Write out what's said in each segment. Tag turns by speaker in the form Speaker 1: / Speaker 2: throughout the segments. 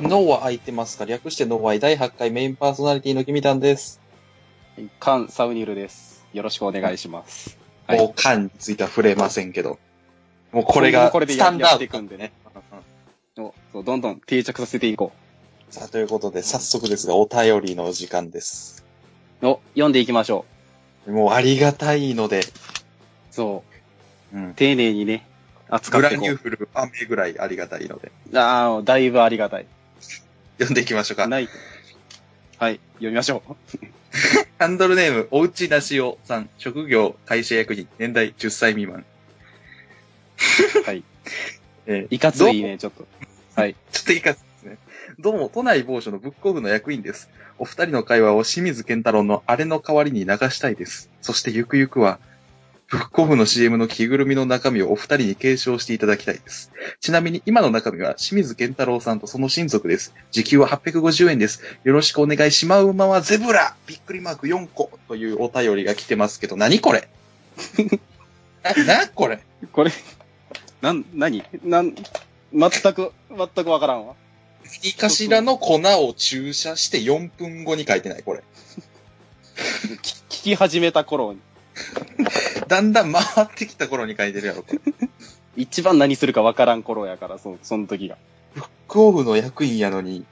Speaker 1: ノーは空いてますか略してノーアイ第8回メインパーソナリティの君たんです。
Speaker 2: カン・サウニルです。よろしくお願いします。はい
Speaker 1: もう缶については触れませんけど。もうこれが
Speaker 2: これで
Speaker 1: スタ
Speaker 2: や
Speaker 1: ン
Speaker 2: や
Speaker 1: ダ
Speaker 2: ってい
Speaker 1: ード。
Speaker 2: くんでね。おそうどんどん定着させていこ
Speaker 1: さあ、ということで早速ですがお便りのお時間です。
Speaker 2: う。を読んでいきましょ
Speaker 1: もうありがたいので、
Speaker 2: う。そう。
Speaker 1: うん。
Speaker 2: 丁寧にね、扱
Speaker 1: グラ
Speaker 2: っていこ
Speaker 1: ニューフル雨ぐらいありがたいので、
Speaker 2: う。ああ、だいぶありがたい。
Speaker 1: 読んでいきましょうか。
Speaker 2: ない。はい、読みましょう。
Speaker 1: ハンドルネーム、おうちなしおさん、職業、会社役員、年代10歳未満。
Speaker 2: はい。
Speaker 1: えー
Speaker 2: いかついね、ちょっと。はい。
Speaker 1: ちょっといいかですね。どうも、都内某所のブックオフの役員です。お二人の会話を清水健太郎のあれの代わりに流したいです。そしてゆくゆくは、ブックオフの CM の着ぐるみの中身をお二人に継承していただきたいです。ちなみに今の中身は清水健太郎さんとその親族です。時給は850円です。よろしくお願いしまうまはゼブラびっくりマーク4個というお便りが来てますけど、何これ な、な、これ
Speaker 2: これ、なん、なになん、全く、全くわからんわ。
Speaker 1: いかしらの粉を注射して4分後に書いてない、これ。
Speaker 2: 聞聞き始めた頃に、
Speaker 1: だんだん回ってきた頃に書いてるやろ、これ。
Speaker 2: 一番何するかわからん頃やから、そその時が。
Speaker 1: クオフの役員やのに、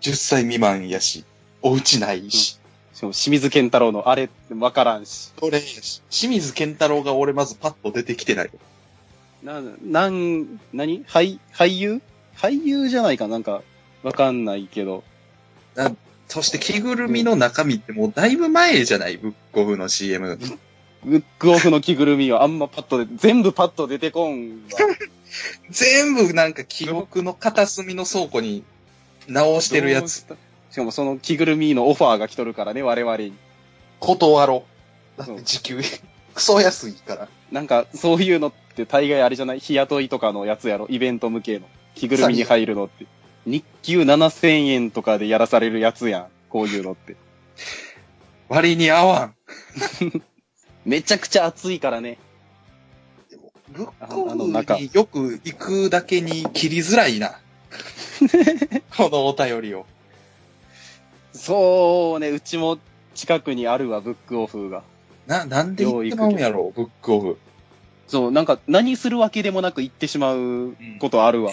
Speaker 1: 10歳未満やし、お家ないし、
Speaker 2: しかも清水健太郎のあれ、わからんし。
Speaker 1: どれやし。清水健太郎が俺まずパッと出てきてない。
Speaker 2: な、なん、何俳、俳優俳優じゃないかなんか、わかんないけど。
Speaker 1: そして着ぐるみの中身ってもうだいぶ前じゃない、ブックオフの CM。
Speaker 2: ブックオフの着ぐるみはあんまパッとで、全部パッと出てこんわ。
Speaker 1: 全部なんか記憶の片隅の倉庫に直 してるやつ。
Speaker 2: どうした。しかもその着ぐるみのオファーが来とるからね、我々に。
Speaker 1: 断ろう。だって時給、クソ安いから。
Speaker 2: なんか、そういうのって大概あれじゃない日雇いとかのやつやろイベント向けの。着ぐるみに入るのって。日給7000円とかでやらされるやつやん。こういうのって。
Speaker 1: 割に合わん。
Speaker 2: めちゃくちゃ暑いからね。
Speaker 1: ブックオフによく行くだけに切りづらい な。このお便りを。
Speaker 2: そうね、うちも近くにあるわ、ブックオフが。
Speaker 1: な、なんで行ってまうんやろ、ブックオフ。
Speaker 2: そう、なんか何するわけでもなく行ってしまうことあるわ。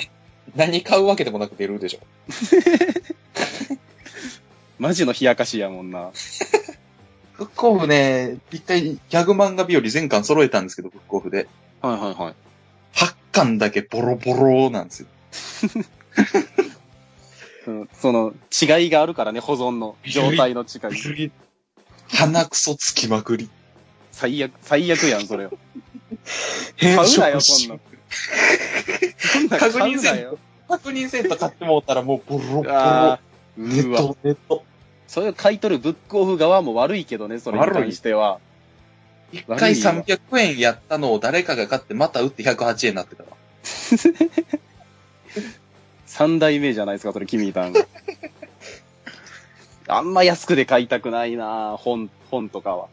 Speaker 1: 何買うわけでもなく出るでしょ。
Speaker 2: マジの冷やかしやもんな。
Speaker 1: ブックオフね、一回ギャグ漫画日和全巻揃えたんですけど、ブックオフで。
Speaker 2: はいはいはい。
Speaker 1: 8巻だけボロボロなんですよ。
Speaker 2: うん、その、違いがあるからね、保存の状態の違い。
Speaker 1: 鼻くそつきまくり。
Speaker 2: 最悪、最悪やん、それは。
Speaker 1: 変
Speaker 2: 買うなよ、
Speaker 1: し
Speaker 2: そんなん。そんなん
Speaker 1: 確
Speaker 2: 買
Speaker 1: 認
Speaker 2: う
Speaker 1: せん
Speaker 2: なよ。
Speaker 1: 確認セント買ってもうたらもうボロボロ
Speaker 2: あ。ー
Speaker 1: ネッ
Speaker 2: うわ。
Speaker 1: ト、ネット。
Speaker 2: それを買い取るブックオフ側も悪いけどね、それに関しては。
Speaker 1: 一回300円やったのを誰かが買ってまた売って108円になってたわ。
Speaker 2: 三代目じゃないですか、それ、君たんが。あんま安くで買いたくないな本、本とかは。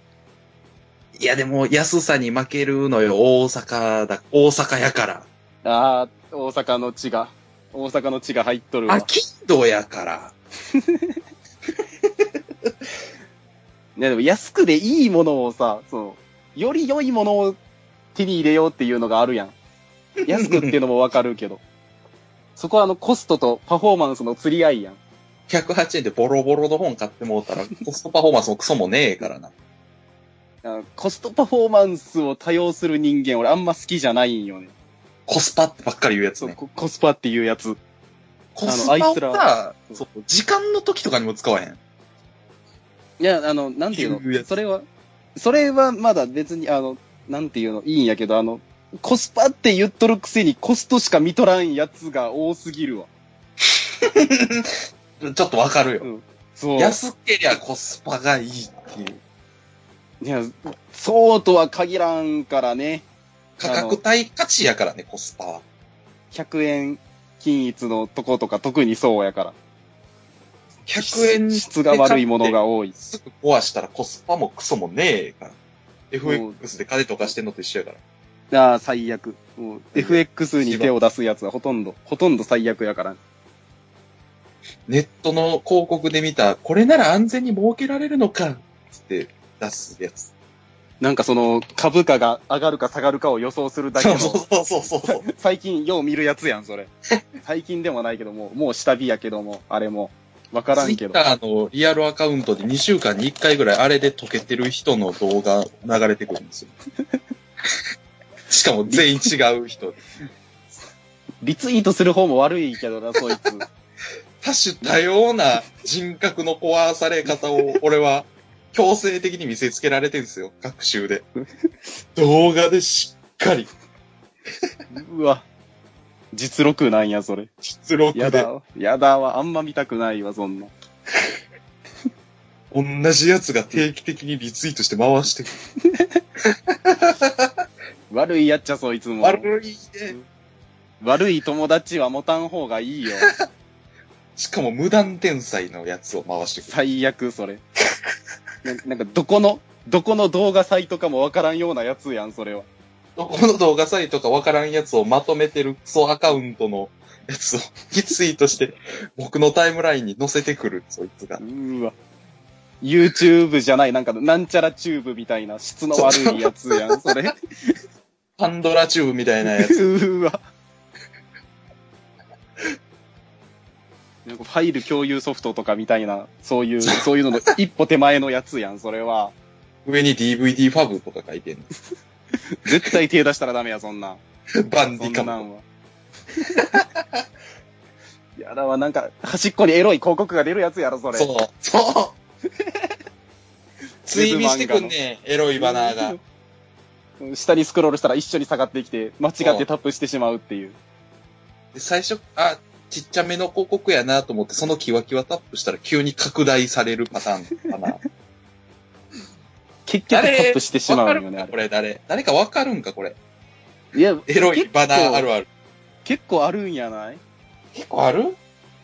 Speaker 1: いやでも安さに負けるのよ、大阪だ、大阪やから。
Speaker 2: ああ、大阪の地が、大阪の地が入っとるわ
Speaker 1: あ、。金土やから。
Speaker 2: ね、でも安くでいいものをさ、その、より良いものを手に入れようっていうのがある やん。安くっていうのもわかるけど。そこはあの、コストとパフォーマンスの釣り合いやん。
Speaker 1: 108円でボロボロの本買ってもうた ら、コストパフォーマンスもクソもねえからな。
Speaker 2: あコストパフォーマンスを多用する人間、俺あんま好きじゃないんよね。
Speaker 1: コスパってばっかり言うやつ
Speaker 2: そう、
Speaker 1: ね。
Speaker 2: ココスパっていうやつ。
Speaker 1: コスパを
Speaker 2: あの
Speaker 1: さ、
Speaker 2: いつら
Speaker 1: そう時間の時とかにも使わへん。
Speaker 2: いや、あの、なんていう
Speaker 1: いうや
Speaker 2: の
Speaker 1: つ
Speaker 2: それは、それはまだ別に、あの、なんていうのいいんやけど、あの、コスパって言っとるくせにコストしか見とらんやつが多すぎるわ。
Speaker 1: ちょっとわかるよ。
Speaker 2: そう。
Speaker 1: 安けりゃコスパがいいっていう。
Speaker 2: いや、そうとは限らんからね。
Speaker 1: 価格対価値やからね、コスパは。
Speaker 2: 100円均一のとことか特にそうやから。
Speaker 1: 100円
Speaker 2: 質が悪いもの
Speaker 1: で買って
Speaker 2: が多い。
Speaker 1: すぐ壊したらコスパもクソもねえから。
Speaker 2: う
Speaker 1: FX で金とかしてんのと一緒やから。
Speaker 2: ああ、最悪。もう FX に手を出すやつはほとんど、ほとんど最悪やから。
Speaker 1: ネットの広告で見た、これなら安全に儲けられるのか、つって出すやつ。
Speaker 2: なんかその、株価が上がるか下がるかを予想するだ
Speaker 1: そ
Speaker 2: けの
Speaker 1: う、そうそうそうそう。
Speaker 2: 最近よう見るやつやん、 それ。最近でもないけども、もう下火やけども、あれも。わから
Speaker 1: ツイ
Speaker 2: んけ
Speaker 1: ッ
Speaker 2: ど。
Speaker 1: ターのリアルアカウントで2週間に1回ぐらいあれで溶けてる人の動画流れてくるん ですよ。しかも全員違う人。
Speaker 2: リツイートする方も悪いけどな、そい つ。
Speaker 1: 多種多様な人格の壊され方を俺は強制的に見せつけられてるんですよ。学習で。動画でしっかり
Speaker 2: うわ。実録なんや、それ。
Speaker 1: 出力
Speaker 2: や
Speaker 1: で
Speaker 2: だわ。やだわ。あんま見たくないわ、そんな。
Speaker 1: 同じやつが定期的にリツイートして回してくる。
Speaker 2: 悪いやっちゃ、そいつも。
Speaker 1: 悪いね。
Speaker 2: 悪い友達は持たん方がいいよ。
Speaker 1: しかも無断天才のやつを回してくる。
Speaker 2: 最悪、それ。ななんか、どこの、どこの動画サイトかもわからんようなやつやん、それは。
Speaker 1: どこの動画サイトかわからんやつをまとめてるクソアカウントのやつをリツイートして、僕のタイムラインに載せてくる、そいつが
Speaker 2: う。ーわ。YouTube じゃない、なんか、なんちゃらチューブみたいな質の悪いやつやん、それ。う
Speaker 1: パンドラチューブみたいなやつ。
Speaker 2: ーわ。なん かファイル共有ソフトとかみたいな、そういう、そういうのの一歩手前のやつやん、それは。
Speaker 1: 上に DVD ファブとか書いてん
Speaker 2: 絶対手出したらダメや、そんなん。
Speaker 1: の。バンデ
Speaker 2: そん
Speaker 1: ィカ
Speaker 2: な
Speaker 1: ム。
Speaker 2: んは。 やだわ、なんか、端っこにエロい広告が出るやつやろ、そ れ。
Speaker 1: そう。そう。追尾してくんねエロいバナー が。
Speaker 2: うん下にスクロールしたら一緒に下がってきて、間違ってタップしてしまうっていう。
Speaker 1: で最初、あ、ちっちゃめの広告やなと思って、そのキワキワタップしたら急に拡大されるパターンかな。
Speaker 2: 結局タップしてし
Speaker 1: わ
Speaker 2: ま
Speaker 1: か
Speaker 2: う
Speaker 1: る
Speaker 2: よ
Speaker 1: ん
Speaker 2: ね、
Speaker 1: か
Speaker 2: あ
Speaker 1: こ
Speaker 2: れ。
Speaker 1: れ誰誰かわかるんかこれ。
Speaker 2: いや、
Speaker 1: エロいバナーあるある。
Speaker 2: 結構あるんやない
Speaker 1: 結構ある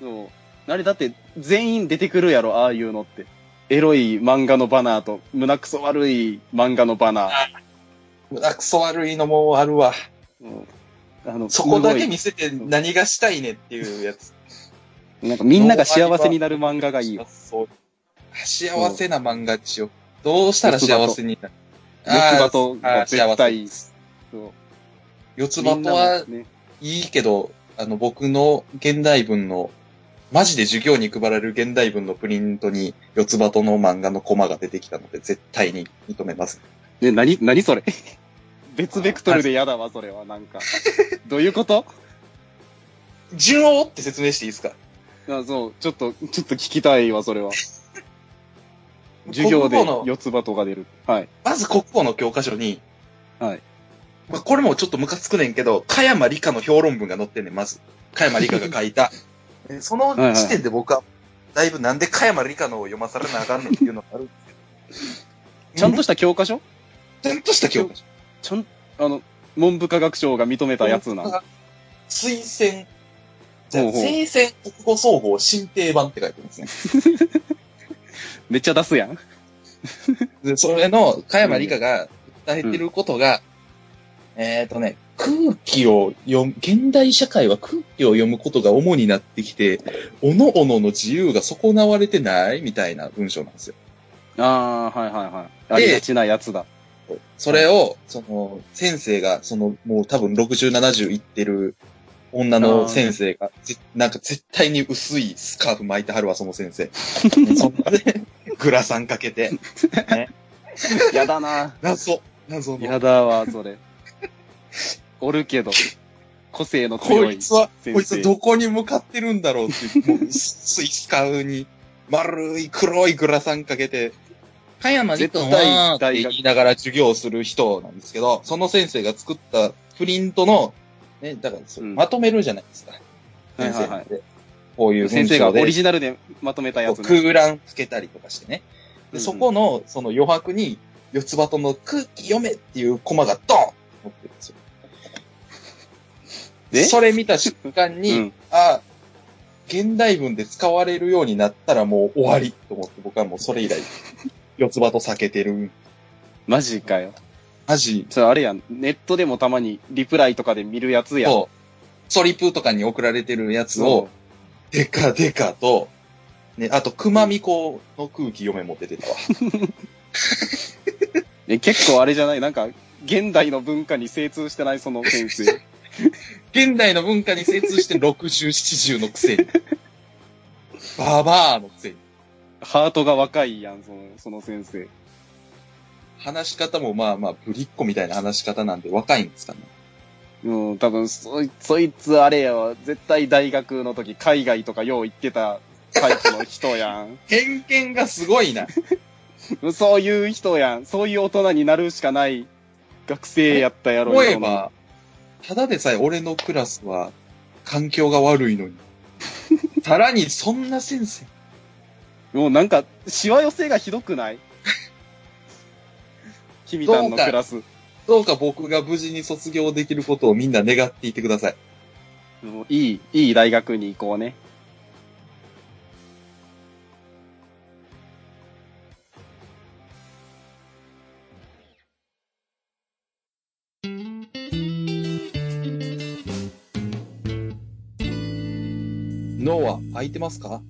Speaker 2: そう。あれだって、全員出てくるやろ、ああいうのって。エロい漫画のバナーと、胸くそ悪い漫画のバナー。
Speaker 1: 胸くそ悪いのもあるわ。
Speaker 2: うんあの
Speaker 1: そこだけ
Speaker 2: す
Speaker 1: 見せて何がしたいねっていうやつ。
Speaker 2: ごいなんかみんなが幸せになる漫画がいいよ。
Speaker 1: そう幸せな漫画にしよう。どうしたら幸せになる
Speaker 2: 四つ葉と
Speaker 1: あー
Speaker 2: が絶対いい。そう
Speaker 1: 四つ葉とは
Speaker 2: みんなもね
Speaker 1: いいけど、あの、僕の現代文の、マジで授業に配られる現代文のプリントに、四つ葉との漫画のコマが出てきたので、絶対に認めます。
Speaker 2: ね、なに、なにそれ別ベクトルでやだわ、それは、なん か。どういうこと
Speaker 1: 順を追って説明していいですか
Speaker 2: あそう、ちょっと、ちょっと聞きたいわ、それは。授業で
Speaker 1: 国語の
Speaker 2: 四つ葉とが出る。はい。
Speaker 1: まず国語の教科書に、
Speaker 2: はい。
Speaker 1: まあ、これもちょっとムカつくねんけど、加山理科の評論文が載ってんねん、まず。加山理科が書い た。えその時点で僕は、だいぶなんで加山理科のを読まされなあかんねんっていうのがあるんですけ
Speaker 2: ちゃ
Speaker 1: ど。
Speaker 2: んとした教科書
Speaker 1: ちゃんとした教科書。
Speaker 2: ちゃん、あの、文部科学省が認めたやつな。
Speaker 1: 推薦。じゃあ
Speaker 2: ほうほう
Speaker 1: 推薦国語総合新定版って書いてますね。
Speaker 2: めっちゃ出すやん。
Speaker 1: で、それの、加山理香が伝えてることが、えっ、とね、空気を読む、現代社会は空気を読むことが主になってきて、おのおのの自由が損なわれてないみたいな文章なんですよ。
Speaker 2: ああ、はいはいはい。ありがちなやつだ。
Speaker 1: それを、その、先生が、その、もう多分60、70いってる女の先生が、ぜなんか絶対に薄いスカーフ巻いてはるわ、その先生。そんなね、グラサンかけて。
Speaker 2: やだな。
Speaker 1: 謎、謎の。
Speaker 2: やだわ、それ。おるけど、個性の
Speaker 1: こ
Speaker 2: 強
Speaker 1: い
Speaker 2: い。
Speaker 1: つは、
Speaker 2: 先生
Speaker 1: こいつどこに向かってるんだろうって、も う、スイスカウに、丸い黒いグラサンかけて、加山理君は、っ
Speaker 2: 絶対大
Speaker 1: て
Speaker 2: 学
Speaker 1: 言いながら授業をする人なんですけど、その先生が作ったプリントの、ね、だからそれ、
Speaker 2: うん
Speaker 1: まとめるじゃないですか。
Speaker 2: はい
Speaker 1: 先
Speaker 2: はい
Speaker 1: 生
Speaker 2: はい
Speaker 1: なんで、こういう
Speaker 2: 先
Speaker 1: 文
Speaker 2: 生が
Speaker 1: 章
Speaker 2: オ
Speaker 1: で
Speaker 2: リジナルでまとめたやつ、ね。
Speaker 1: 空欄つけたりとかしてね。
Speaker 2: う
Speaker 1: で
Speaker 2: んうん
Speaker 1: そこの、その余白に、四つ葉との空気読めっていうコマがドーンって載ってるんですよ。
Speaker 2: で
Speaker 1: それ見た瞬間に、
Speaker 2: うん
Speaker 1: あ、現代文で使われるようになったらもう終わりと思って僕はもうそれ以来、四つ葉と避けてる。
Speaker 2: マジかよ。
Speaker 1: マジ、
Speaker 2: それあれやん。ネットでもたまにリプライとかで見るやつやん。
Speaker 1: と、ストリップとかに送られてるやつを、でかでかと、ね、あと、熊巫女の空気嫁も出てたわ。
Speaker 2: え結構あれじゃないなんか、現代の文化に精通してないその先 生。
Speaker 1: 現代の文化に精通して60、70のくせに。ババアのくせに。
Speaker 2: ハートが若いやん、そのその先生。
Speaker 1: 話し方もまあまあ、ぶりっ子みたいな話し方なんで若いんですかね。
Speaker 2: うん、多分そい、そいつあれよ。絶対大学の時、海外とかよう行ってたタイプの人や
Speaker 1: 偏見がすごいな。
Speaker 2: ん。そういう人やん。そういう大人になるしかない学生やったやろ、
Speaker 1: 思え
Speaker 2: 今の
Speaker 1: ば、ただでさえ俺のクラスは環境が悪い のに。さらにそんな先生。
Speaker 2: もうなんか、しわ寄せがひどくない 君たんのクラス。
Speaker 1: どうか僕が無事に卒業できることをみんな願っていてください。
Speaker 2: もういい、いい大学に行こうね。
Speaker 1: 脳は空いてますか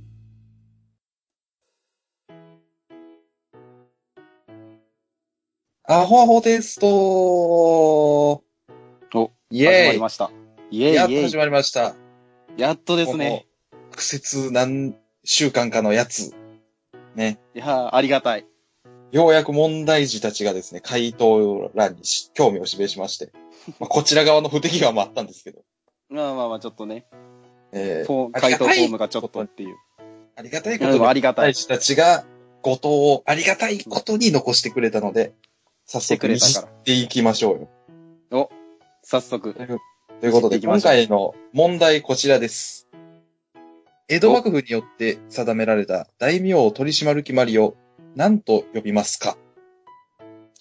Speaker 1: アホアホテストおイ
Speaker 2: 始ま
Speaker 1: ェ
Speaker 2: り
Speaker 1: イ
Speaker 2: ました。イェイイ
Speaker 1: やっと
Speaker 2: ェイ
Speaker 1: 始まりました。
Speaker 2: やっとですね。
Speaker 1: この。苦節何週間かのやつ。ね。
Speaker 2: いやーありがたい。
Speaker 1: ようやく問題児たちがですね、回答欄にし興味を示しまして。まあ、こちら側の不手際もあったんですけど。
Speaker 2: まあまあまあ、ちょっとね、
Speaker 1: え
Speaker 2: フ
Speaker 1: ー、
Speaker 2: ォー
Speaker 1: あり
Speaker 2: 回
Speaker 1: がた
Speaker 2: 答
Speaker 1: い
Speaker 2: フォームがちょっとっていう。
Speaker 1: ありがたい
Speaker 2: い
Speaker 1: こ
Speaker 2: や
Speaker 1: と
Speaker 2: で
Speaker 1: に
Speaker 2: もありがた
Speaker 1: 大
Speaker 2: い。
Speaker 1: 使たちが、後藤をありがたいことに残してくれたので、早
Speaker 2: して
Speaker 1: 速
Speaker 2: く
Speaker 1: 見
Speaker 2: れた
Speaker 1: じ
Speaker 2: か
Speaker 1: っていきましょうよ。
Speaker 2: ら。お、早速。
Speaker 1: ということで、
Speaker 2: いきま
Speaker 1: 今
Speaker 2: しょう
Speaker 1: 回の問題こちらです。江戸幕府によって定められた大名を取り締まる決まりを何と呼びますか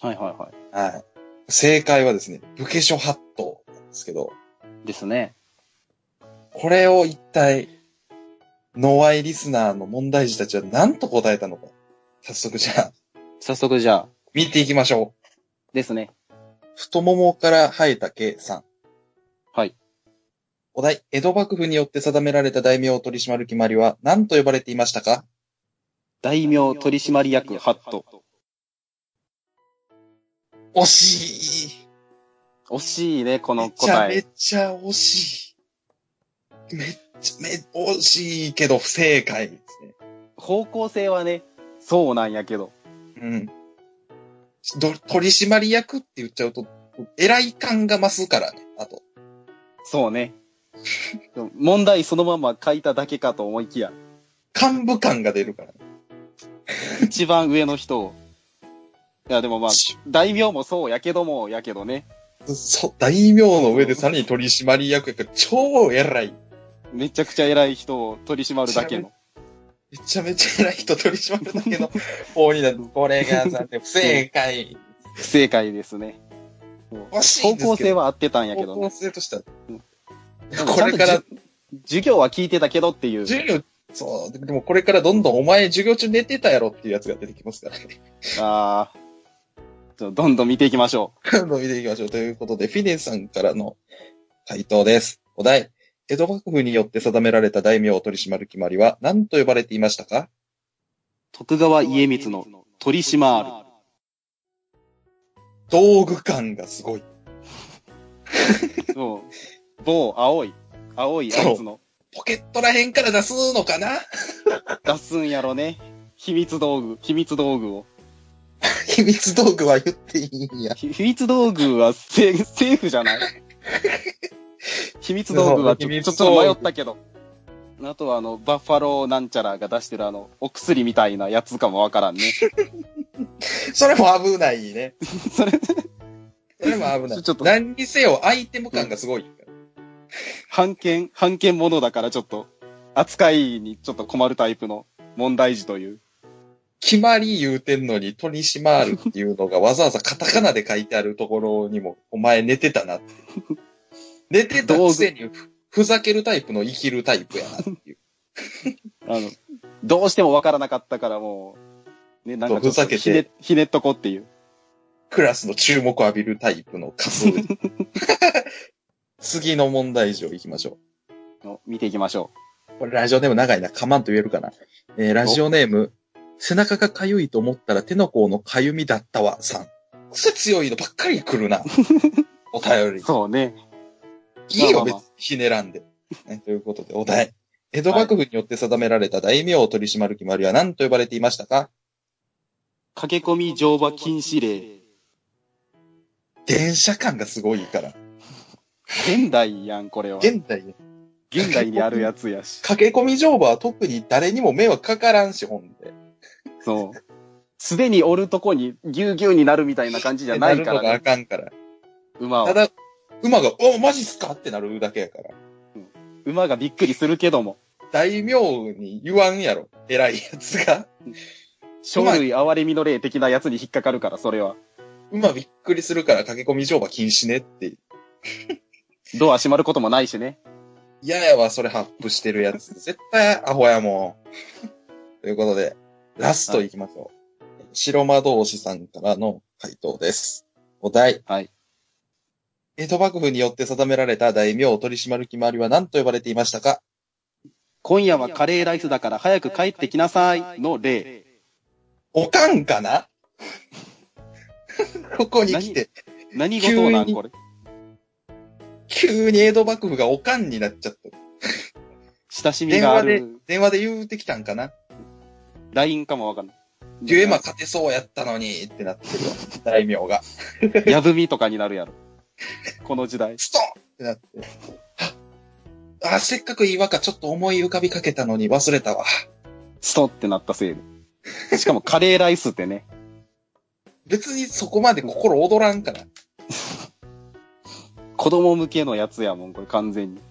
Speaker 2: はいはいは
Speaker 1: はい。正解はですね、武家諸法度なんですけど、
Speaker 2: い。ですね。
Speaker 1: これを一体、ノワイリスナーの問題児たちは何と答えたのか。早速じゃあ、
Speaker 2: 早速じゃあ、
Speaker 1: 見ていきましょう。
Speaker 2: ですね。
Speaker 1: 太ももから生えた毛さん。
Speaker 2: はい。
Speaker 1: お題、江戸幕府によって定められた大名を取り締まる決まりは何と呼ばれていましたか
Speaker 2: 大名取締役ハット。
Speaker 1: 惜しい。
Speaker 2: 惜しいね、この
Speaker 1: めちゃ
Speaker 2: 答
Speaker 1: め
Speaker 2: え。
Speaker 1: ちゃ惜しい。めっちゃ、め、惜しいけど不正解ですね。
Speaker 2: 方向性はね、そうなんやけど。
Speaker 1: うん。ど取締役って言っちゃうと、偉い感が増すからね、あと。
Speaker 2: そうね。でも問題そのまま書いただけかと思いきや、
Speaker 1: 幹部感が出るからね。
Speaker 2: 一番上の人を。いや、でもまあ、大名もそうやけども、やけどね。
Speaker 1: そう、大名の上でさらに取締役やから超偉い。
Speaker 2: めちゃくちゃ偉い人を取り締まるだけの。
Speaker 1: めちゃめちゃ偉い人取り締まるだけ の方になる。これが残念。不正解。
Speaker 2: 不正解ですね。
Speaker 1: 惜しい
Speaker 2: 方
Speaker 1: んです
Speaker 2: 向
Speaker 1: け
Speaker 2: 性
Speaker 1: ど。
Speaker 2: は合ってたんやけど
Speaker 1: 方
Speaker 2: ね
Speaker 1: 向。性としては。
Speaker 2: でも
Speaker 1: これか
Speaker 2: ちゃ
Speaker 1: ら
Speaker 2: んと、じゅ授業は聞いてたけどっていう。
Speaker 1: 授業、そう、でもこれからどんどんお前授業中寝てたやろっていうやつが出てきますからね。
Speaker 2: ああ。ちょどんどん見ていきましょ
Speaker 1: どんどん見ていきましょう。ということで、フィネさんからの回答です。お題。江戸幕府によって定められた大名を取り締まる決まりは何と呼ばれていましたか
Speaker 2: う。徳川家光の取り締まる。
Speaker 1: 道具感がすごい。
Speaker 2: そう。某青い、青いあいつの
Speaker 1: ポケットらへんから出すのかな
Speaker 2: 出すんやろね。秘密道具、秘密道具を。
Speaker 1: 秘密道具は言っていいんや。
Speaker 2: ひ秘密道具はセセーフじゃない秘密道具はちょ
Speaker 1: そう秘密
Speaker 2: ちょ
Speaker 1: 道
Speaker 2: っ
Speaker 1: 具
Speaker 2: と迷ったけど。あとはあの、バッファローなんちゃらが出してるあの、お薬みたいなやつかもわからんね。
Speaker 1: それも危ないね。
Speaker 2: それ、
Speaker 1: それも危ない。
Speaker 2: ちょっと
Speaker 1: 何にせよアイテム感がすごい。
Speaker 2: 判権、判権ものだからちょっと、扱いにちょっと困るタイプの問題児という。
Speaker 1: 決まり言うてんのに取り締まるっていうのがわざわざカタカナで書いてあるところにも、 お前寝てたなって。寝てたくせにふふざけるタイプの生きるタイプやなっていう。
Speaker 2: あの、どうしてもわからなかったからもう、ね、なんかちょっ
Speaker 1: そうふざ
Speaker 2: と
Speaker 1: けて
Speaker 2: ひね、ひねっとこっていう。
Speaker 1: クラスの注目を浴びるタイプの仮数。 次の問題児を行きましょ
Speaker 2: の見ていきましょう。
Speaker 1: う。これラジオネーム長いな。かまんと言えるかな。えーラジオネーム、背中が痒いと思ったら手の甲の痒みだったわ、さん。癖強いのばっかり来るな。お便り。
Speaker 2: そうね。
Speaker 1: いい
Speaker 2: ま
Speaker 1: よ、
Speaker 2: あまあ
Speaker 1: 別
Speaker 2: まあ
Speaker 1: にひねらんで。ね、ということで、お題。江戸幕府によって定められた大名を取り締まる決まりは何と呼ばれていましたか
Speaker 2: 駆け込み乗馬禁止令。
Speaker 1: 電車感がすごいから。
Speaker 2: 現代やん、これは。
Speaker 1: 現代、
Speaker 2: 現代にあるやつやし。
Speaker 1: 駆け込み乗馬は特に誰にも迷惑かからんし、ほんで。
Speaker 2: そう。すでにおるとこにぎゅうぎゅうになるみたいな感じじゃない
Speaker 1: な
Speaker 2: か
Speaker 1: るのが
Speaker 2: ら
Speaker 1: あ
Speaker 2: ね。
Speaker 1: かんから。
Speaker 2: 馬
Speaker 1: た
Speaker 2: は。
Speaker 1: だ、馬が、おマジっすかってなるだけやから。
Speaker 2: 馬がびっくりするけども。
Speaker 1: 大名に言わんやろ。偉いやつが。
Speaker 2: 生類憐れみの霊的なやつに引っかかるから、それは。
Speaker 1: 馬びっくりするから駆け込み乗馬禁止ねって。
Speaker 2: ドア閉まることもないしね。
Speaker 1: 嫌やわ、それ発布してるやつ。絶対アホやもん。 ということで、ラストいきましょう。白魔道士さんからの回答です。お題。
Speaker 2: はい。
Speaker 1: 江戸幕府によって定められた大名を取り締まる決まりは何と呼ばれていましたか
Speaker 2: 今夜はカレーライスだから早く帰ってきなさいの霊。
Speaker 1: おかんかな ここに来て、
Speaker 2: 何事なんこれ。
Speaker 1: 急に江戸幕府がおかんになっちゃった。
Speaker 2: 親しみ
Speaker 1: 電
Speaker 2: があ
Speaker 1: 話で
Speaker 2: る、
Speaker 1: 電話で言うてきたんかな
Speaker 2: LINE かもわかんない。
Speaker 1: デュエマ勝てそうやったのにってなってるわ。大名が。
Speaker 2: やぶみとかになるやろ。この時代。
Speaker 1: ストンってなって。あ、あせっかくいい和歌ちょっと思い浮かびかけたのに忘れたわ。
Speaker 2: ストってなったせいで。しかもカレーライスってね。
Speaker 1: 別にそこまで心躍らんから。
Speaker 2: 子供向けのやつやもん、これ完全に。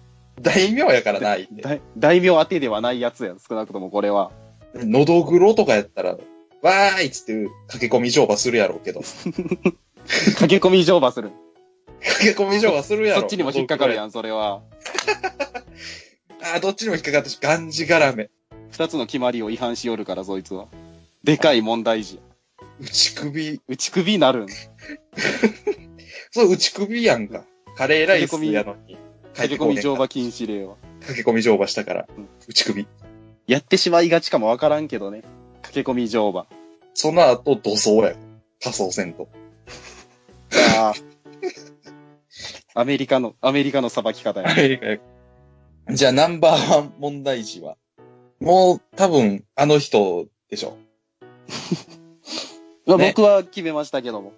Speaker 1: 大名やからない。
Speaker 2: 大大名当てではないやつや、少なくともこれは。
Speaker 1: のどぐろとかやったら、わーいっつって駆け込み乗馬するやろうけど。
Speaker 2: 駆け込み乗馬する。
Speaker 1: 駆け込み乗馬するやろ。
Speaker 2: そっちにも引っかかるや
Speaker 1: ん。
Speaker 2: ん、それは。
Speaker 1: あー、どっちにも引っかかってし、がんじがらめ。
Speaker 2: 二つの決まりを違反しよるから、そいつは。でかい問題児。
Speaker 1: 内首。
Speaker 2: 打ち首なるん。
Speaker 1: そう、内首やんか。カレーライスやのに。
Speaker 2: 駆け込み乗
Speaker 1: 帰っ
Speaker 2: 馬禁止令は。
Speaker 1: てこうねんか。駆け込み乗馬したから
Speaker 2: うん。
Speaker 1: 内首。
Speaker 2: やってしまいがちかもわからんけどね。駆け込み乗馬。
Speaker 1: その後、土葬や。仮想戦と。
Speaker 2: あーアメリカの、アメリカの裁き方や。
Speaker 1: じゃあ、ナンバーワン問題児は、もう多分、あの人でしょ。
Speaker 2: まあ
Speaker 1: ね
Speaker 2: 僕は決めましたけども。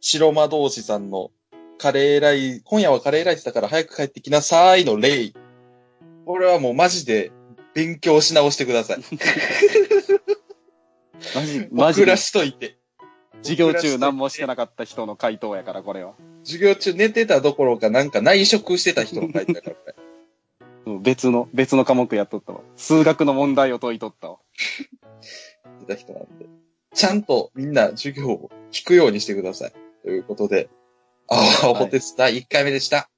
Speaker 1: 白魔道士さんの、カレーライ、今夜はカレーライスだから早く帰ってきなさいの例。これはもうマジで、勉強し直してください。
Speaker 2: マジ、 マジ
Speaker 1: 僕
Speaker 2: で
Speaker 1: ら。しといて。
Speaker 2: 授業中何
Speaker 1: も。
Speaker 2: もしてなかった人の回答やから、これは。
Speaker 1: 授業中寝てたどころかなんか内職してた人の書いてたから、これ
Speaker 2: うん別の、別の科目やっとったわ。数学の問題を解いとったわ。
Speaker 1: してた人なんで。ちゃんとみんな授業を聞くようにしてください。ということで、あわおてつ第1回目でした。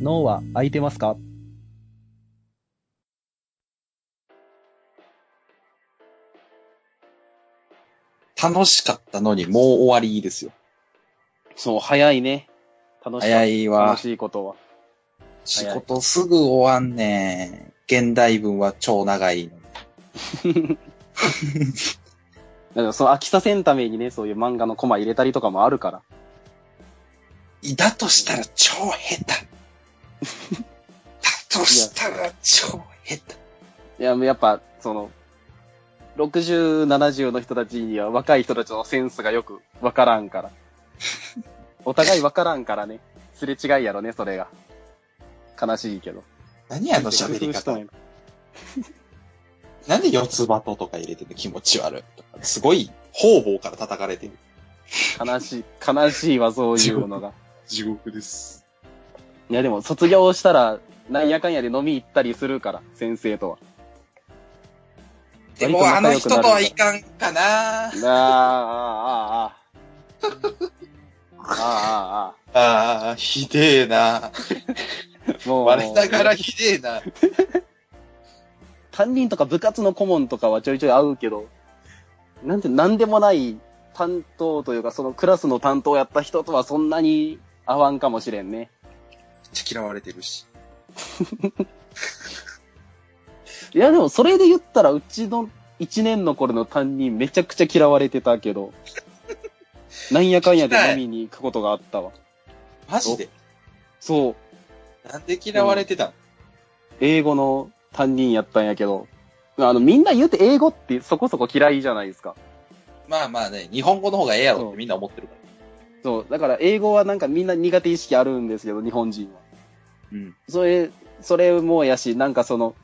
Speaker 2: 脳は空いてますか
Speaker 1: 楽しかったのにもう終わりですよ。
Speaker 2: そう、早いね。楽しい。
Speaker 1: 早いわ
Speaker 2: 楽。しいことは。
Speaker 1: 仕事すぐ終わんねん。現代文は超長いの。
Speaker 2: だからその飽きさせんためにね、そういう漫画のコマ入れたりとかもあるから。
Speaker 1: だとしたら超下手。だとしたら超下手。
Speaker 2: いや、やっぱ、その、60、70の人たちには若い人たちのセンスがよくわから んから。お互いわからんからね。すれ違いやろね、それが。悲しいけど。
Speaker 1: 何あの喋り方。
Speaker 2: い
Speaker 1: なんで四つ葉ととか入れてるの気持ち悪い。すごい方々から叩かれてる。
Speaker 2: 悲しい、悲しいわ、そういうのが。
Speaker 1: 地獄です。
Speaker 2: いや、でも卒業したら、なんやかんやで飲み行ったりするから、先生とは。
Speaker 1: でもあの人とはいかんかな
Speaker 2: ああ、あ あ、ああ。ああ、あ
Speaker 1: ああ、ひでえな。
Speaker 2: あ。もう、
Speaker 1: 我ながらひでえな。
Speaker 2: 担任とか部活の顧問とかはちょいちょい会うけど、なんて、なんでもない担当というか、そのクラスの担当やった人とはそんなに会わんかもしれんね。
Speaker 1: 嫌われてるし。
Speaker 2: いや、でもそれで言ったら、うちの1年の頃の担任めちゃくちゃ嫌われてたけど、なんやかんやで飲みに行くことがあったわ。
Speaker 1: マジで
Speaker 2: そう。
Speaker 1: なんで嫌われてたの、
Speaker 2: 英語の担任やったんやけど、あの、みんな言うて英語ってそこそこ嫌いじゃないですか。
Speaker 1: まあまあね、日本語の方がええやろっ
Speaker 2: そ
Speaker 1: て
Speaker 2: う
Speaker 1: みんな思ってるから。
Speaker 2: そう。だから英語はなんかみんな苦手意識あるんですけど、日本人は。
Speaker 1: うん。
Speaker 2: それ、それもやし、なんかその、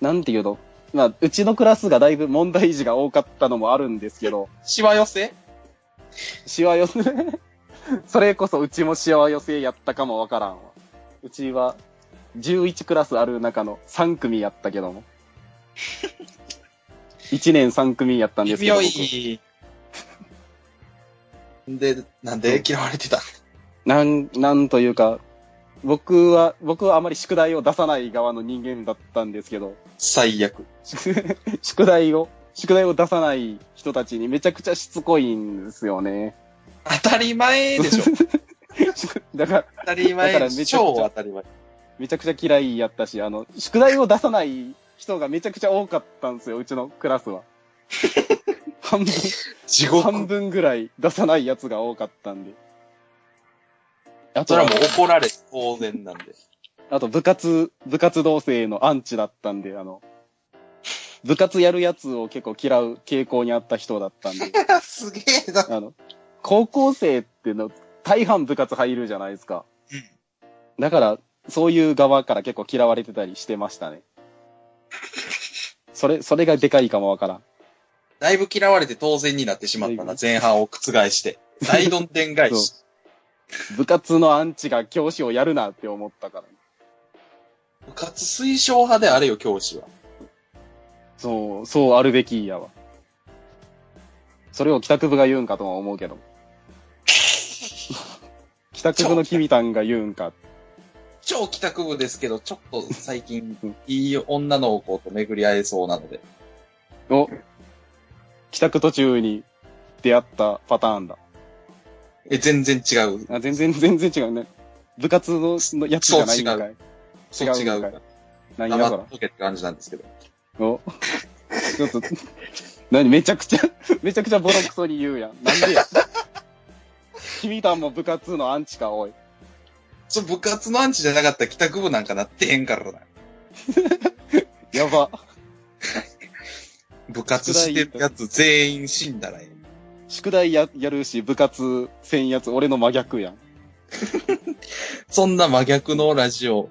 Speaker 2: なんていうのまあ、うちのクラスがだいぶ問題児が多かったのもあるんですけど、
Speaker 1: しわ寄せ
Speaker 2: しわ寄せ、それこそうちもしわ寄せやったかもわからんわ。うちは11クラスある中の3組やったけども。1年3組やったんで
Speaker 1: 微
Speaker 2: すけど。
Speaker 1: 妙
Speaker 2: 僕
Speaker 1: い。で、なんで嫌われてた
Speaker 2: なん、なんというか、僕は、僕はあまり宿題を出さない側の人間だったんですけど、
Speaker 1: 最悪。
Speaker 2: 宿 宿題を、宿題を出さない人たちにめちゃくちゃしつこいんですよね。
Speaker 1: 当たり前でしょ。
Speaker 2: だから、
Speaker 1: 当たり前
Speaker 2: だからめちゃくちゃ
Speaker 1: 超当たり前。
Speaker 2: めちゃくちゃ嫌いやったし、あの、宿題を出さない人がめちゃくちゃ多かったんですよ、うちのクラス は。半分、
Speaker 1: 地
Speaker 2: 半
Speaker 1: 獄。
Speaker 2: 分ぐらい出さないやつが多かったんで。あ
Speaker 1: そ
Speaker 2: と
Speaker 1: れ
Speaker 2: は
Speaker 1: はもう怒られて当然なんで。
Speaker 2: あと部活、部活動生のアンチだったんで、あの、部活やるやつを結構嫌う傾向にあった人だったんで、
Speaker 1: すげえな。
Speaker 2: あの、高校生っての大半部活入るじゃないですか。だから、そういう側から結構嫌われてたりしてましたね。それ、それがでかいかもわからん。
Speaker 1: だいぶ嫌われて当然になってしまったな、前半を覆 して。大どんでん返し。
Speaker 2: 部活のアンチが教師をやるなって思ったから。
Speaker 1: 部活推奨派であれよ、教師は。
Speaker 2: そう、そうあるべきやわ。それを帰宅部が言うんかとは思うけど。帰宅部の君たんが言うんか。
Speaker 1: 超帰宅部ですけど、ちょっと最近、いい女の子と巡り合えそうなので。
Speaker 2: お、帰宅途中に出会ったパターンだ。
Speaker 1: え、全然違う。
Speaker 2: あ全然、 全然違うね。部活ののやつじゃないんかい。
Speaker 1: そう違うから。
Speaker 2: 何や
Speaker 1: 黙
Speaker 2: か
Speaker 1: っとけって感じなんですけど。
Speaker 2: ら。お、ちょっと、 何めちゃく ちゃ、めちゃくちゃボロクソに言うやん。なんでや。君たんも部活のアンチか、おい。
Speaker 1: そう、部活のアンチじゃなかったら帰宅部なんかなってへんからな。
Speaker 2: やば。
Speaker 1: 部活してるやつ全員死んだらええ。
Speaker 2: 宿題ややるし、部活せんやつ、俺の真逆やん。
Speaker 1: そんな真逆のラジオ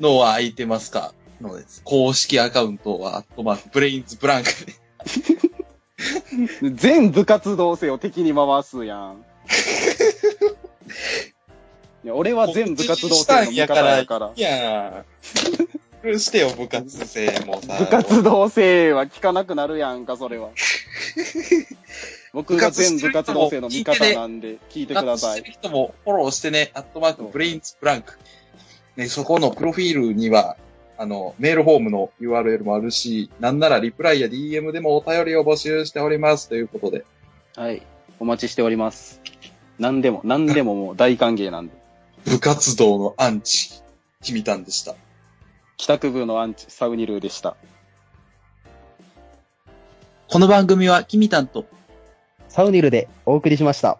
Speaker 1: のは空いてますかのです。公式アカウントは、アットマーク、ブレインズブランクで。
Speaker 2: 全部活動生を敵に回すや ん。いや俺は全部活動生の味方やから。
Speaker 1: いやー。 許してよ、部活生もさ。
Speaker 2: 部活動生は聞かなくなるやんか、そ れは。僕が全部活動生の味方なんで、聞いてくだ
Speaker 1: 部
Speaker 2: さ
Speaker 1: 活し
Speaker 2: い。
Speaker 1: てる人もフォローしてね、アットマーク、ブレインズブランク。ね、そこのプロフィールには、あの、メールフォームの URL もあるし、なんならリプライや DM でもお便りを募集しておりますということで。
Speaker 2: はい。お待ちしております。何でも、何でももう大歓迎なんで。
Speaker 1: 部活動のアンチ、君たんでした。
Speaker 2: 帰宅部のアンチ、サウニルーでした。
Speaker 1: この番組は君たんと
Speaker 3: サウニルでお送りしました。